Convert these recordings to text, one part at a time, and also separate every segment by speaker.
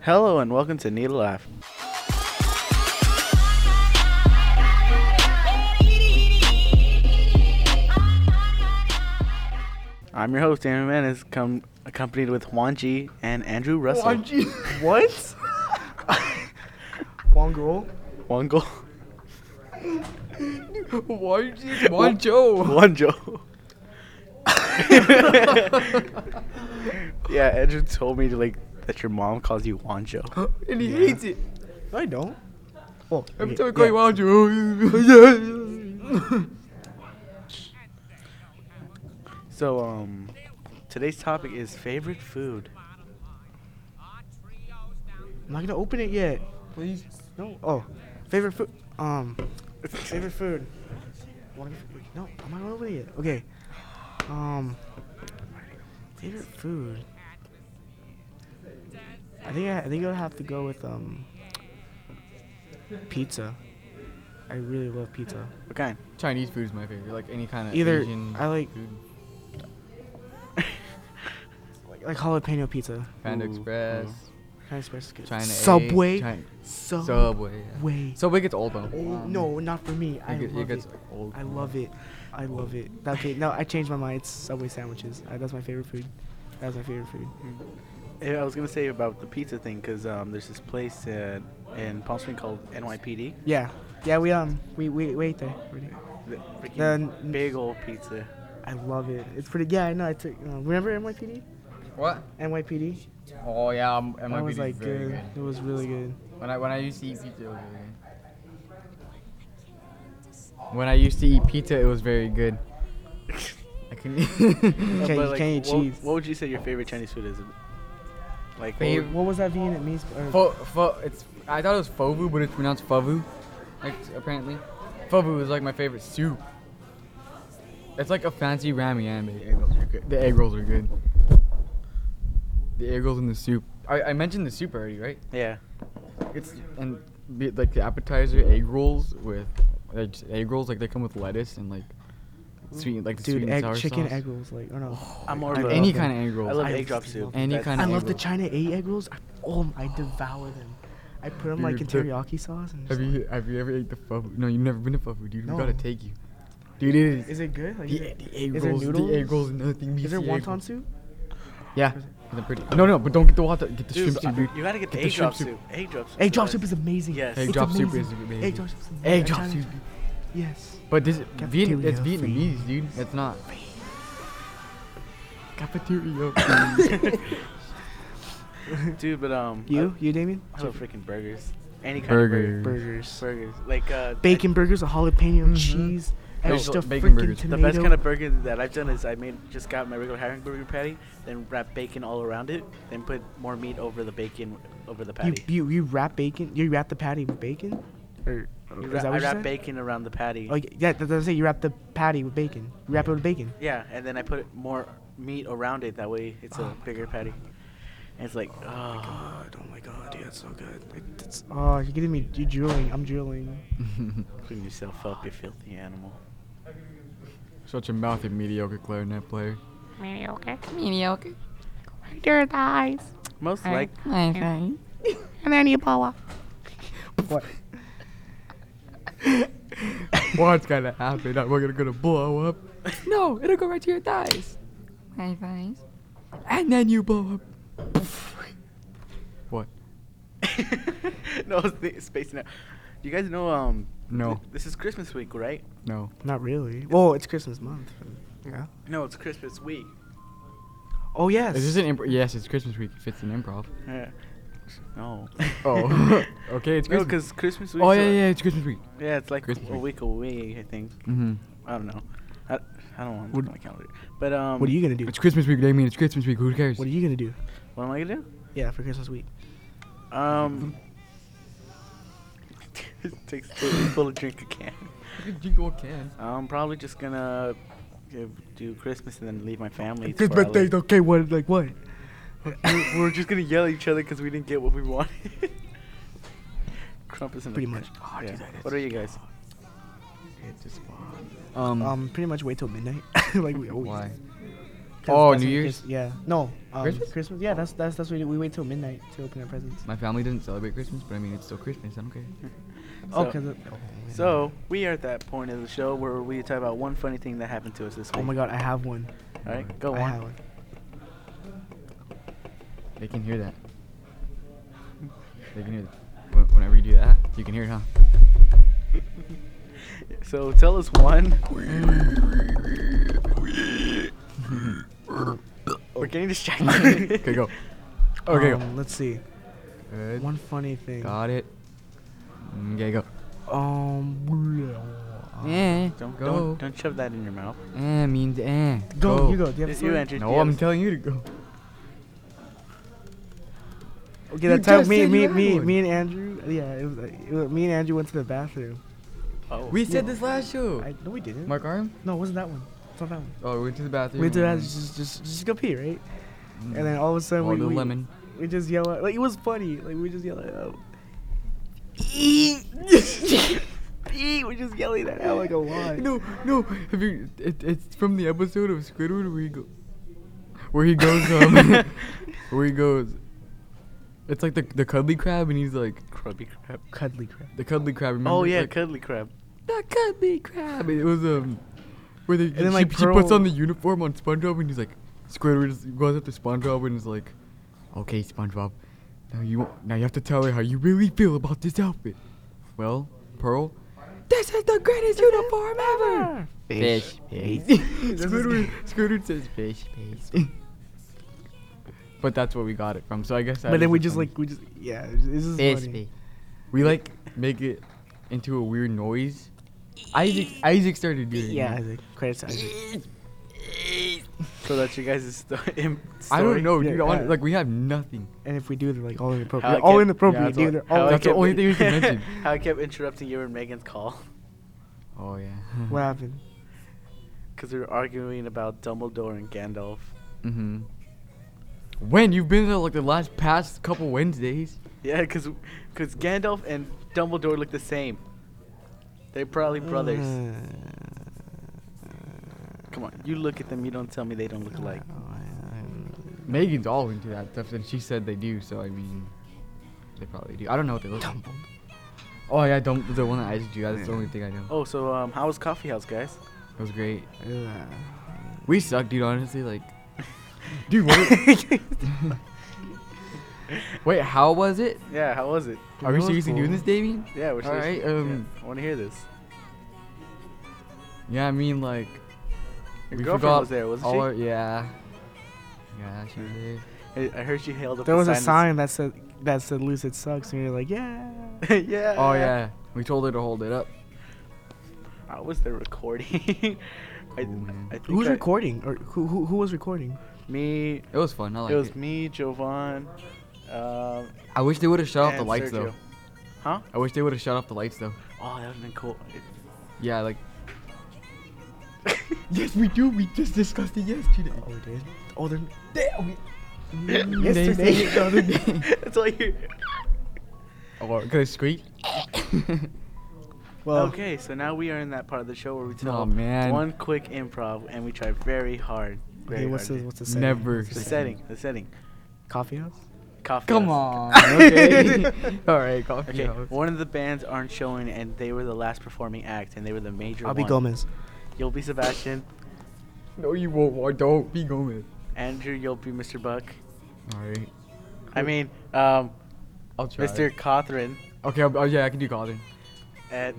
Speaker 1: Hello and welcome to Need a Laugh. I'm your host, Aaron Manis, come accompanied with Juanji and Andrew Russell.
Speaker 2: what? One girl?
Speaker 1: One goal.
Speaker 2: YG, one Joe.
Speaker 1: One Joe. yeah, Andrew told me to like that your mom calls you Wanjo.
Speaker 2: And he hates it.
Speaker 3: I don't.
Speaker 2: Oh, Every
Speaker 1: okay,
Speaker 2: time I call
Speaker 1: yeah.
Speaker 2: you one Joe.
Speaker 1: So um today's topic is favorite food.
Speaker 3: I'm not gonna open it yet.
Speaker 2: Please.
Speaker 3: No. Oh, favorite food. Um, favorite food. Wanna get- No, I'm not gonna open it yet. Okay. Um, favorite food. I think I, I think I would have to go with um pizza. I really love pizza.
Speaker 1: What kind?
Speaker 2: Chinese food is my favorite. Like any kind of
Speaker 3: Either-
Speaker 2: Asian
Speaker 3: I like-
Speaker 2: food.
Speaker 3: Like, like jalapeno pizza.
Speaker 2: Panda
Speaker 1: Ooh,
Speaker 2: Express,
Speaker 3: Kind of spicy. good.
Speaker 2: China egg,
Speaker 3: Subway.
Speaker 2: Chi-
Speaker 3: Subway.
Speaker 2: Subway. yeah. Subway gets old though. Um,
Speaker 3: Oh no, not for me. I
Speaker 2: It, get- it
Speaker 3: love
Speaker 2: gets
Speaker 3: it.
Speaker 2: old.
Speaker 3: I love it. I love it. Okay, no, I changed my mind. It's Subway sandwiches. Uh, that's my favorite food. That's my favorite food.
Speaker 1: Yeah, I was gonna say about the pizza thing because um, there's this place in, in Palm Springs called NYPD.
Speaker 3: Yeah, yeah. We um, we we wait there. every day.
Speaker 1: The freaking
Speaker 3: Then-
Speaker 1: big old pizza.
Speaker 3: I love it. It's pretty. Yeah, I know. I took. Uh, remember NYPD?
Speaker 2: What?
Speaker 3: NYPD.
Speaker 2: Oh yeah, um,
Speaker 3: that
Speaker 2: MLB
Speaker 3: was
Speaker 2: is
Speaker 3: like
Speaker 2: very
Speaker 3: good. It was really good.
Speaker 2: When I when I used to eat pizza, it was very good. When I used to eat pizza, it was very good. I can
Speaker 1: Uh,
Speaker 3: Okay,
Speaker 2: eat.
Speaker 1: but,
Speaker 3: you
Speaker 1: like,
Speaker 3: can't eat
Speaker 1: what,
Speaker 3: cheese.
Speaker 1: What would you say your favorite Chinese food is? Like what
Speaker 2: Fav-
Speaker 1: would-
Speaker 3: What was that Vietnamese? Or,
Speaker 2: fo, fo, it's I thought it was fovu, but it's pronounced favu. Like apparently, favu is like my favorite soup. It's like a fancy ramyeon. but The egg rolls are good. The egg rolls are good. The egg rolls in the soup. I, I mentioned the soup already, right?
Speaker 1: yeah,
Speaker 2: It's and be, like the appetizer egg rolls with they're just egg rolls like they come with lettuce and like sweet like the sweet
Speaker 3: dude,
Speaker 2: and
Speaker 3: egg,
Speaker 2: sour
Speaker 3: chicken
Speaker 2: sauce.
Speaker 3: egg rolls. Like, oh no.
Speaker 1: I'm more of
Speaker 3: I
Speaker 1: a,
Speaker 3: love
Speaker 2: Any
Speaker 3: them.
Speaker 2: kind of egg
Speaker 1: I
Speaker 2: rolls.
Speaker 1: love
Speaker 3: I
Speaker 1: egg drop
Speaker 3: love
Speaker 1: soup.
Speaker 2: any
Speaker 1: That's-
Speaker 2: kind
Speaker 3: I
Speaker 2: of
Speaker 3: love
Speaker 2: egg
Speaker 3: the
Speaker 2: roll.
Speaker 3: China A egg rolls. I, oh, I devour them. I put them like in
Speaker 2: Dude, the-
Speaker 3: teriyaki sauce. And
Speaker 2: Have
Speaker 3: just,
Speaker 2: you have you ever ate the fubu? No, you've never been to fubu, dude. We gotta
Speaker 3: No.
Speaker 2: take you, dude. It is.
Speaker 3: Is it good? Like,
Speaker 2: the,
Speaker 3: is, it,
Speaker 2: the egg
Speaker 3: is there
Speaker 2: rolls, the egg
Speaker 3: noodles?
Speaker 2: rolls, and nothing.
Speaker 3: is there
Speaker 2: beats the egg
Speaker 3: wonton
Speaker 2: rolls.
Speaker 3: soup?
Speaker 2: Yeah. They're pretty. No, no, but don't get the wonton. Get the
Speaker 1: Dude,
Speaker 2: shrimp soup,
Speaker 1: I-
Speaker 2: dude.
Speaker 1: you gotta get, the
Speaker 2: the
Speaker 1: egg drop soup.
Speaker 2: shrimp soup.
Speaker 1: Egg drop soup.
Speaker 3: Egg drop
Speaker 1: the
Speaker 3: soup
Speaker 1: best.
Speaker 3: is amazing.
Speaker 1: Yes.
Speaker 3: It's
Speaker 2: Egg drop soup
Speaker 3: amazing.
Speaker 2: is amazing.
Speaker 3: Egg drop soup. Is amazing.
Speaker 2: Egg drop
Speaker 3: China-
Speaker 2: soup.
Speaker 3: Yes.
Speaker 2: But this Vietnam. It's
Speaker 3: Cafeteria
Speaker 2: Vietnamese, dude. It's not. Cafeteria. food.
Speaker 1: Dude, but um,
Speaker 3: You? You, Damien?
Speaker 1: I, I love freaking burgers. Any kind
Speaker 2: Burger.
Speaker 1: of
Speaker 3: Burgers.
Speaker 1: burger. Burgers like uh,
Speaker 3: Bacon burgers, a jalapeno,
Speaker 2: Mhm.
Speaker 3: cheese,
Speaker 2: Bagel-
Speaker 3: extra
Speaker 2: bacon
Speaker 3: freaking
Speaker 2: burgers.
Speaker 3: tomato.
Speaker 1: The best kind of burger that I've done is I made just got my regular herring burger patty, then wrap bacon all around it, then put more meat over the bacon over the
Speaker 3: you,
Speaker 1: patty.
Speaker 3: you you wrap bacon. You wrap the patty with bacon, or
Speaker 1: You
Speaker 3: is
Speaker 1: wrap-
Speaker 3: that
Speaker 1: I
Speaker 3: what you
Speaker 1: wrap
Speaker 3: said?
Speaker 1: bacon around the patty.
Speaker 3: Oh yeah, yeah, that's what I'm saying. You wrap the patty with bacon. You wrap it with bacon.
Speaker 1: Yeah, and then I put more meat around it. That way, it's a bigger patty. And it's like, oh,
Speaker 3: God, oh my god, dude, that's so good. oh, you're getting me. You're drooling. I'm drooling.
Speaker 1: clean yourself up, you filthy animal.
Speaker 2: Shut your mouth, you mediocre clarinet player.
Speaker 4: Mediocre. Mediocre. Under the eyes.
Speaker 1: Most
Speaker 4: All
Speaker 1: like,
Speaker 4: right. and then you blow up.
Speaker 3: What?
Speaker 2: What's gonna happen? We're gonna gonna blow up.
Speaker 4: No, it'll go right to your thighs. My thighs.
Speaker 2: and then you blow up. what?
Speaker 1: no, I was thi- spacing out. You guys know, um,
Speaker 2: No.
Speaker 1: th- this is Christmas week, right?
Speaker 2: No.
Speaker 3: Not really. Well, it's Christmas month. Yeah.
Speaker 1: No, it's Christmas week.
Speaker 3: Oh yes.
Speaker 2: Is this an improv? Yes, it's Christmas week. If it's an improv.
Speaker 1: Yeah. No.
Speaker 2: Oh. okay, it's
Speaker 1: No,
Speaker 2: Christmas.
Speaker 1: because Christmas week.
Speaker 2: oh yeah, yeah, it's Christmas week.
Speaker 1: Yeah, it's like
Speaker 2: Christmas
Speaker 1: a week away, I think.
Speaker 2: Mm-hmm.
Speaker 1: I don't know. I, I don't want to
Speaker 2: What-
Speaker 1: look at my calendar. But um,
Speaker 3: What are you gonna do?
Speaker 2: It's Christmas week. They mean it's Christmas week. Who cares?
Speaker 3: What are you gonna do?
Speaker 1: What am I gonna
Speaker 3: Yeah, for Christmas week.
Speaker 1: do? Um, takes full, full drink again.
Speaker 2: you drink all can?
Speaker 1: I'm probably just gonna give, do Christmas and then leave my family. to
Speaker 3: Christmas
Speaker 1: where I
Speaker 3: Day.
Speaker 1: live.
Speaker 3: Okay, what? Like what?
Speaker 1: we're, we're just gonna yell at each other because we didn't get what we wanted. Crumpus and
Speaker 3: Pretty much.
Speaker 1: Oh, yeah. What are you guys?
Speaker 2: Um.
Speaker 3: Um, pretty much wait till midnight. like we always.
Speaker 2: why?
Speaker 3: do. 'cause
Speaker 2: Oh,
Speaker 3: that's
Speaker 2: New
Speaker 3: when
Speaker 2: Year's?
Speaker 3: Chris- yeah. No. Um,
Speaker 2: Christmas?
Speaker 3: Christmas. Yeah, that's that's that's what we do. We wait till midnight to open our presents.
Speaker 2: My family doesn't celebrate Christmas, but I mean, it's still Christmas. I don't care.
Speaker 3: Oh,
Speaker 1: So-
Speaker 3: 'cause it- oh, man.
Speaker 1: So we are at that point of the show where we talk about one funny thing that happened to us this week.
Speaker 3: Oh my god, I have one.
Speaker 1: All right, go
Speaker 3: I have
Speaker 1: on.
Speaker 3: one.
Speaker 2: They can hear that. They can hear that. When- Whenever you do that, you can hear it, huh?
Speaker 1: So tell us one. We're getting distracted.
Speaker 2: Okay, go. Okay,
Speaker 3: Um, let's see.
Speaker 2: go. Good.
Speaker 3: One funny thing.
Speaker 2: Got it. Mm, Okay, go.
Speaker 3: Um.
Speaker 2: Eh.
Speaker 1: Don't,
Speaker 2: go.
Speaker 1: don't don't shove that in your mouth.
Speaker 2: Eh means eh.
Speaker 3: Go, you go. Do you have a
Speaker 1: You
Speaker 3: story?
Speaker 1: entered.
Speaker 2: No,
Speaker 1: you have
Speaker 2: I'm
Speaker 1: a-
Speaker 2: telling you to go.
Speaker 3: Okay,
Speaker 2: You
Speaker 3: that time
Speaker 2: just
Speaker 3: me,
Speaker 2: said you
Speaker 3: me,
Speaker 2: had
Speaker 3: me,
Speaker 2: one.
Speaker 3: me and Andrew. Yeah, it was, like, it was- me and Andrew went to the bathroom.
Speaker 1: Oh.
Speaker 2: We said this last show.
Speaker 3: I no, we didn't.
Speaker 2: Mark Arm?
Speaker 3: No, it wasn't that one. It's not that one.
Speaker 2: Oh, we went to the bathroom.
Speaker 3: We did that.
Speaker 2: and-
Speaker 3: Just, just, just go pee, right?
Speaker 2: Mm.
Speaker 3: And then all of a sudden, we,
Speaker 2: Waldo
Speaker 3: we,
Speaker 2: Lemon.
Speaker 3: we just yell out. Like it was funny. Like we just yell out. Eee! We're just yelling that out like a lot.
Speaker 2: No, no. Have you? It, it's from the episode of Squidward where he go, where he goes, um, where he goes. It's like the the cuddly crab, and he's like
Speaker 1: Crabby crab.
Speaker 3: Cuddly crap.
Speaker 2: the cuddly crab. Remember?
Speaker 1: Oh yeah,
Speaker 2: like,
Speaker 1: cuddly crab.
Speaker 2: the cuddly crab. It was um, where they,
Speaker 3: then,
Speaker 2: she,
Speaker 3: like,
Speaker 2: she puts on
Speaker 3: Pearl-
Speaker 2: the uniform on SpongeBob, and he's like, Squidward is- goes up to SpongeBob and is like, "Okay, SpongeBob, now you won't- now you have to tell her how you really feel about this outfit." Well, Pearl, this is the greatest uniform ever.
Speaker 3: Ah.
Speaker 2: Fish face. Squidward, Squidward says fish face. but that's where we got it from. So I guess. that
Speaker 3: But
Speaker 2: is
Speaker 3: then we
Speaker 2: the
Speaker 3: just
Speaker 2: funny-
Speaker 3: like we just yeah. This is funny.
Speaker 2: We like make it into a weird noise. Isaac, Isaac started doing.
Speaker 3: Yeah,
Speaker 2: it.
Speaker 3: Isaac. Credits to Isaac.
Speaker 1: So that's you guys' sto- im- story.
Speaker 2: I don't know,
Speaker 3: Yeah,
Speaker 2: dude. hon-
Speaker 3: yeah.
Speaker 2: like we have nothing.
Speaker 3: And if we do, they're like all
Speaker 1: How
Speaker 3: inappropriate.
Speaker 1: I
Speaker 3: They're all
Speaker 1: kept-
Speaker 3: inappropriate,
Speaker 2: yeah,
Speaker 3: dude. They're
Speaker 2: that's
Speaker 1: How
Speaker 3: all
Speaker 1: I
Speaker 2: That's the
Speaker 1: kept-
Speaker 2: only thing we can mention.
Speaker 1: How I kept interrupting you and Megan's call
Speaker 2: Oh yeah.
Speaker 3: What happened?
Speaker 1: because we were arguing about Dumbledore and Gandalf.
Speaker 2: mm-hmm. When you've been there like the last past couple Wednesdays.
Speaker 1: Yeah, because Gandalf and Dumbledore look the same. They're probably brothers.
Speaker 2: Mm.
Speaker 1: Come on, you look at them. You don't tell me they don't look alike.
Speaker 3: Ah.
Speaker 2: Megan's all into that stuff, and she said they do. So I mean, they probably do. I don't know what they look. like. Oh yeah, dumb the one that Isaac do. That's the only thing I know.
Speaker 1: Oh, so um, how was Coffee House, guys?
Speaker 2: It was great.
Speaker 3: Yeah.
Speaker 2: We suck, dude. Honestly, like, dude, what? Wait, how was it?
Speaker 1: Yeah, how was it?
Speaker 2: Are we
Speaker 3: It was
Speaker 2: seriously doing
Speaker 3: cool.
Speaker 2: this, Damien?
Speaker 1: Yeah, which
Speaker 2: All
Speaker 1: is,
Speaker 2: right,
Speaker 1: yeah,
Speaker 2: um,
Speaker 1: I want to hear this.
Speaker 2: Yeah, I mean, like,
Speaker 1: Your
Speaker 2: we
Speaker 1: girlfriend
Speaker 2: forgot
Speaker 1: was there, wasn't
Speaker 2: all
Speaker 1: she?
Speaker 2: our- yeah. Yeah, she was there.
Speaker 1: I I heard she hailed up.
Speaker 3: There
Speaker 1: the
Speaker 3: was a
Speaker 1: sign
Speaker 3: sign that said that said "Lucid sucks," and you're like, "Yeah."
Speaker 1: that s- yeah.
Speaker 2: Oh yeah, we told her to hold it up.
Speaker 1: I was the recording. I,
Speaker 2: Cool, man.
Speaker 1: I think
Speaker 3: Who's
Speaker 1: I-
Speaker 3: recording? Or who, who who was recording?
Speaker 1: Me.
Speaker 2: It was fun. I liked
Speaker 1: it was
Speaker 2: it.
Speaker 1: me, Jovan. Um,
Speaker 2: I wish they would have shut off the
Speaker 1: and
Speaker 2: lights
Speaker 1: Sergio.
Speaker 2: though.
Speaker 1: Huh?
Speaker 2: I wish they would have shut off the lights though.
Speaker 1: Oh, that would have been cool. It-
Speaker 2: Yeah, like. yes, we do. We just discussed it yesterday.
Speaker 3: Oh, we did. Oh, they're
Speaker 2: Yesterday,
Speaker 3: yesterday.
Speaker 2: the other day.
Speaker 1: That's all you.
Speaker 2: Or could I squeak?
Speaker 3: well.
Speaker 1: Okay, so now we are in that part of the show where we tell
Speaker 2: Oh, man.
Speaker 1: one quick improv, and we try very hard. Very
Speaker 3: Okay, what's the
Speaker 1: hard.
Speaker 3: what's the setting?
Speaker 2: Never.
Speaker 3: What's
Speaker 1: the setting? The setting.
Speaker 3: Coffee house.
Speaker 1: Coffee.
Speaker 2: Come
Speaker 1: House.
Speaker 2: on. Okay. All right. Coffee
Speaker 1: Okay,
Speaker 2: house.
Speaker 1: one of the bands aren't showing, and they were the last performing act, and they were the major.
Speaker 3: I'll be
Speaker 1: one.
Speaker 3: Gomez.
Speaker 1: You'll be Sebastian.
Speaker 2: No, you won't. War. Don't be going.
Speaker 1: Andrew, you'll be Mr. Buck.
Speaker 2: All right.
Speaker 1: I mean, um,
Speaker 2: I'll try.
Speaker 1: Mr. Cothran.
Speaker 2: Okay. I'll, oh yeah, I can do Colin.
Speaker 1: And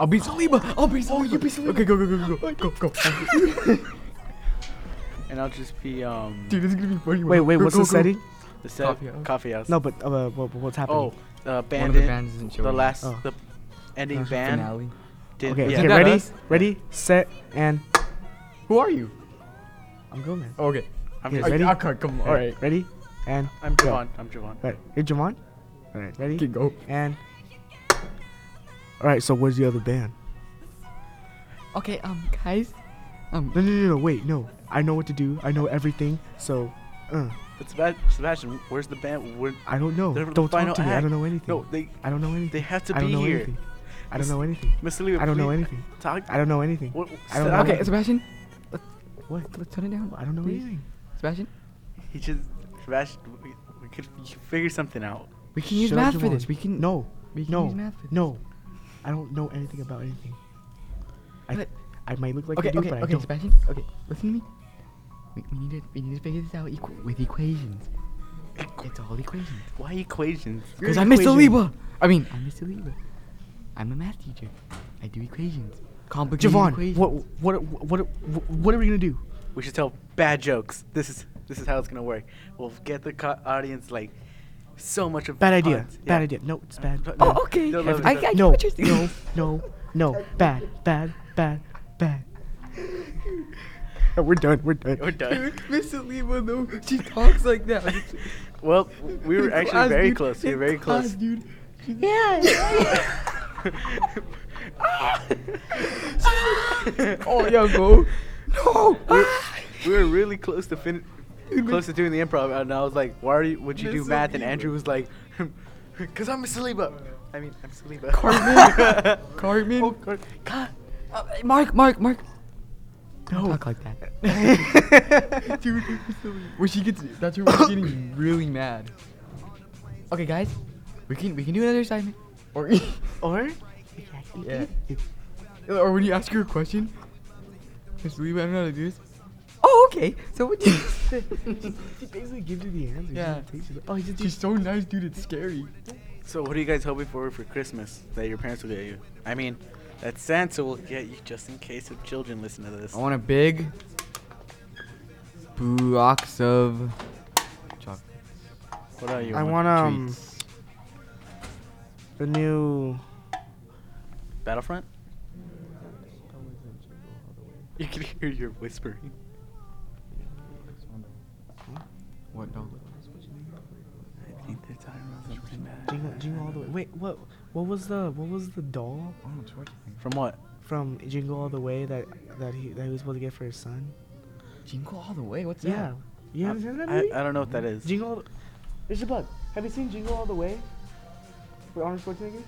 Speaker 2: I'll be Saliba. I'll be Saliba. Oh, you be Saliba. Oh, Okay, go, go, go, go, go, go, go.
Speaker 1: and I'll just be um
Speaker 2: Dude, this is gonna be funny.
Speaker 3: Wait, wait.
Speaker 2: Go,
Speaker 3: What's
Speaker 2: go,
Speaker 3: the
Speaker 2: go.
Speaker 3: setting?
Speaker 1: the set
Speaker 2: Coffee House.
Speaker 1: coffee house.
Speaker 3: No, but uh, uh, what, what's happening?
Speaker 1: Oh, uh, band.
Speaker 2: One of the
Speaker 1: in-
Speaker 2: bands isn't
Speaker 1: the
Speaker 2: showing.
Speaker 1: last
Speaker 3: Oh.
Speaker 1: the ending
Speaker 3: Uh-huh.
Speaker 1: band.
Speaker 2: finale.
Speaker 1: Did,
Speaker 3: okay.
Speaker 1: yeah.
Speaker 3: Okay.
Speaker 2: that
Speaker 3: Ready?
Speaker 2: us?
Speaker 3: Ready? Set and
Speaker 2: Who are you?
Speaker 3: I'm Gomez.
Speaker 2: Oh, okay.
Speaker 1: I'm
Speaker 3: Yes.
Speaker 1: Javon.
Speaker 3: Ready?
Speaker 2: I'll cut. Come on. All right.
Speaker 3: Ready? And
Speaker 1: I'm
Speaker 3: go.
Speaker 1: Javon. I'm Javon.
Speaker 3: All right. Hey, Jamon. All right. Ready?
Speaker 2: Okay, go.
Speaker 3: And. All right. So where's the other band?
Speaker 4: Okay, um, guys.
Speaker 3: No, no, no, no, wait, no. I know what to do. I know everything. So, uh,
Speaker 1: But Seba- Sebastian, where's the band? Where,
Speaker 3: I don't know.
Speaker 1: They're the
Speaker 3: don't
Speaker 1: final
Speaker 3: talk to me. I
Speaker 1: act.
Speaker 3: don't know anything.
Speaker 1: no, they
Speaker 3: I don't know anything.
Speaker 1: they have to
Speaker 3: I don't
Speaker 1: be
Speaker 3: know
Speaker 1: here.
Speaker 3: anything. I
Speaker 1: This-
Speaker 3: don't know anything.
Speaker 1: Miss Leo,
Speaker 3: I don't know
Speaker 1: please
Speaker 3: anything.
Speaker 1: Talk.
Speaker 3: I don't know anything.
Speaker 1: What,
Speaker 3: I don't
Speaker 1: sit
Speaker 3: know
Speaker 1: down.
Speaker 2: Okay,
Speaker 3: Okay.
Speaker 2: Sebastian.
Speaker 3: What?
Speaker 4: Let's Um, turn it down.
Speaker 3: I don't know
Speaker 4: please.
Speaker 3: anything.
Speaker 4: Sebastian,
Speaker 1: He just Sebastian. We, we could we could figure something out.
Speaker 4: we can use
Speaker 3: Shut up,
Speaker 4: math for
Speaker 3: Javon.
Speaker 4: this. We can
Speaker 3: No.
Speaker 4: We can
Speaker 3: no.
Speaker 4: use math for this.
Speaker 3: No. I don't know anything about anything. I,
Speaker 4: But-
Speaker 3: I might look like
Speaker 4: okay,
Speaker 3: I do,
Speaker 4: okay,
Speaker 3: but I
Speaker 4: okay,
Speaker 3: don't.
Speaker 4: Sebastian. Okay, listen to me. We, we need to we need to figure this out equ- with equations. It's all equations.
Speaker 1: Why equations?
Speaker 4: Because I'm Mr.
Speaker 2: equation.
Speaker 4: Libra. I mean, I'm Mr. Libra. I'm a math teacher. I do equations. Complicated
Speaker 3: Javon,
Speaker 4: equations.
Speaker 3: what, what, what, what, what are we gonna do?
Speaker 1: We should tell bad jokes. This is this is how it's gonna work. We'll get the co- audience like so much of
Speaker 3: Bad idea.
Speaker 1: puns. Yeah.
Speaker 3: Bad idea. No, it's bad.
Speaker 1: No,
Speaker 4: Oh,
Speaker 1: no,
Speaker 4: okay.
Speaker 1: they'll love it.
Speaker 4: I, I
Speaker 3: No,
Speaker 4: get what you're
Speaker 3: no, no, no. Bad, bad, bad, bad. We're done. We're done.
Speaker 1: We're done.
Speaker 2: Mr. Lima though, she talks like that.
Speaker 1: Well, we were actually
Speaker 2: Class,
Speaker 1: very
Speaker 2: dude.
Speaker 1: close. We were very
Speaker 2: Class,
Speaker 1: close.
Speaker 2: dude. Oh, yo, bro. No.
Speaker 1: we were really close to fin- close to doing the improv, and I was like, "Why are you, would you do
Speaker 2: Mr.
Speaker 1: math?" And
Speaker 2: Liba.
Speaker 1: Andrew was like, "Cause I'm Mr. Liba. I mean, I'm Mr. Liba.
Speaker 2: Cartman. Cartman.
Speaker 1: Oh, Car- Car-
Speaker 4: Uh, Mark, Mark, Mark. Don't
Speaker 3: No.
Speaker 4: talk like that.
Speaker 2: Dude, when she gets, that's when we're getting really mad.
Speaker 4: Okay, guys, we can we can do another assignment.
Speaker 2: Or,
Speaker 3: Or
Speaker 2: yeah. Or when you ask her a question, Miss Lee, I don't know how to do this.
Speaker 4: Oh, okay. So what do you?
Speaker 3: she basically gives you the answer.
Speaker 2: Yeah.
Speaker 3: Oh, he just
Speaker 2: She's so nice, dude. It's scary.
Speaker 1: So, what are you guys hoping for for Christmas that your parents will get you? I mean, that Santa will get you just in case of children listen to this.
Speaker 2: I want a big box of chocolate.
Speaker 1: What are you?
Speaker 3: I want um the new.
Speaker 1: Battlefront. You can hear your whispering.
Speaker 2: What dog?
Speaker 1: I think they're talking about something bad.
Speaker 3: Jingle, jingle all the way. Wait, what? What was the what was the doll
Speaker 2: Arnold Schwarzenegger.
Speaker 1: From what?
Speaker 3: from Jingle All the Way that that he that he was supposed to get for his son?
Speaker 2: Jingle all the way. What's
Speaker 3: Yeah, you haven't seen that
Speaker 1: I,
Speaker 3: movie?
Speaker 1: I don't know what that is.
Speaker 3: Jingle. All the, there's a bug. Have you seen Jingle All the Way? With Arnold Schwarzenegger.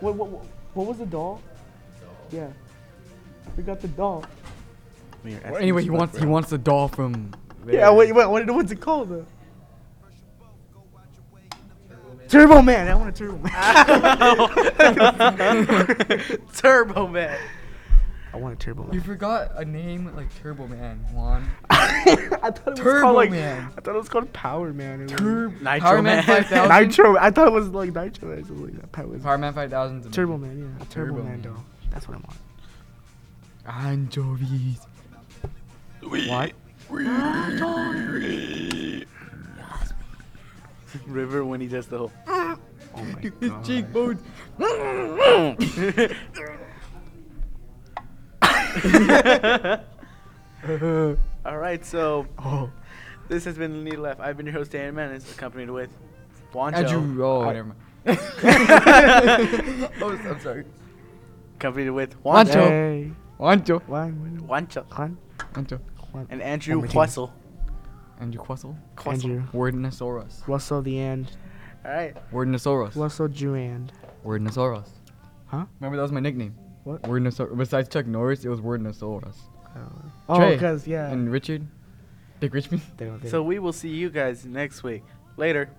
Speaker 3: What what what, what was the doll? Yeah, we got the doll.
Speaker 1: Well, you're
Speaker 2: that?
Speaker 1: asking
Speaker 2: anyway,
Speaker 1: this
Speaker 2: he
Speaker 1: book
Speaker 2: wants
Speaker 1: for
Speaker 2: he
Speaker 1: it.
Speaker 2: wants the doll from.
Speaker 3: Yeah, wait, wait, what, what's it called though? Turbo Man. I want a Turbo Man.
Speaker 1: Turbo Man.
Speaker 3: I want a Turbo
Speaker 2: You
Speaker 3: Man.
Speaker 2: forgot a name like Turbo Man, Juan.
Speaker 3: I thought it was
Speaker 2: Turbo
Speaker 3: called like
Speaker 2: Man.
Speaker 3: I thought it was called Power Man. or whatever.
Speaker 2: Turbo
Speaker 1: Nitro
Speaker 2: Power
Speaker 1: Man.
Speaker 2: Man 5000.
Speaker 3: Nitro. I thought it was like Nitro or something like that. Power,
Speaker 2: Power Man 5000. 's amazing.
Speaker 3: Turbo Man. Yeah, Turbo,
Speaker 2: Turbo
Speaker 3: Man
Speaker 2: Man.
Speaker 3: doll. That's what I want.
Speaker 2: Anchovies.
Speaker 3: Oh What?
Speaker 1: River when he does the whole.
Speaker 3: Oh my
Speaker 2: Dude, his cheekbones.
Speaker 1: All right, so
Speaker 3: Oh.
Speaker 1: this has been Need Left. I've been your host Dan Mann, and accompanied with Juancho.
Speaker 2: Andrew. Oh, never mind.
Speaker 1: accompanied
Speaker 2: Oh, I'm sorry.
Speaker 1: with
Speaker 2: Juancho.
Speaker 1: Juancho,
Speaker 3: Hey.
Speaker 2: Wancho.
Speaker 3: Juan.
Speaker 1: Juancho,
Speaker 3: Juan.
Speaker 2: Wancho.
Speaker 1: and Andrew
Speaker 3: One more team.
Speaker 1: Quessel.
Speaker 2: Andrew Quessel.
Speaker 3: Andrew.
Speaker 2: Wordinosaurus.
Speaker 3: Russell the end.
Speaker 1: All right,
Speaker 2: Wordinosaurus.
Speaker 3: Russell Juand.
Speaker 2: Wordinosaurus.
Speaker 3: Huh?
Speaker 2: Remember that was my nickname.
Speaker 3: What?
Speaker 2: Wordinosaurus. Besides Chuck Norris, it was Wordinosaurus.
Speaker 3: Oh,
Speaker 2: Trey.
Speaker 3: because yeah.
Speaker 2: And Richard. Dick Richmond.
Speaker 3: They don't- they
Speaker 1: so we will see you guys next week. Later.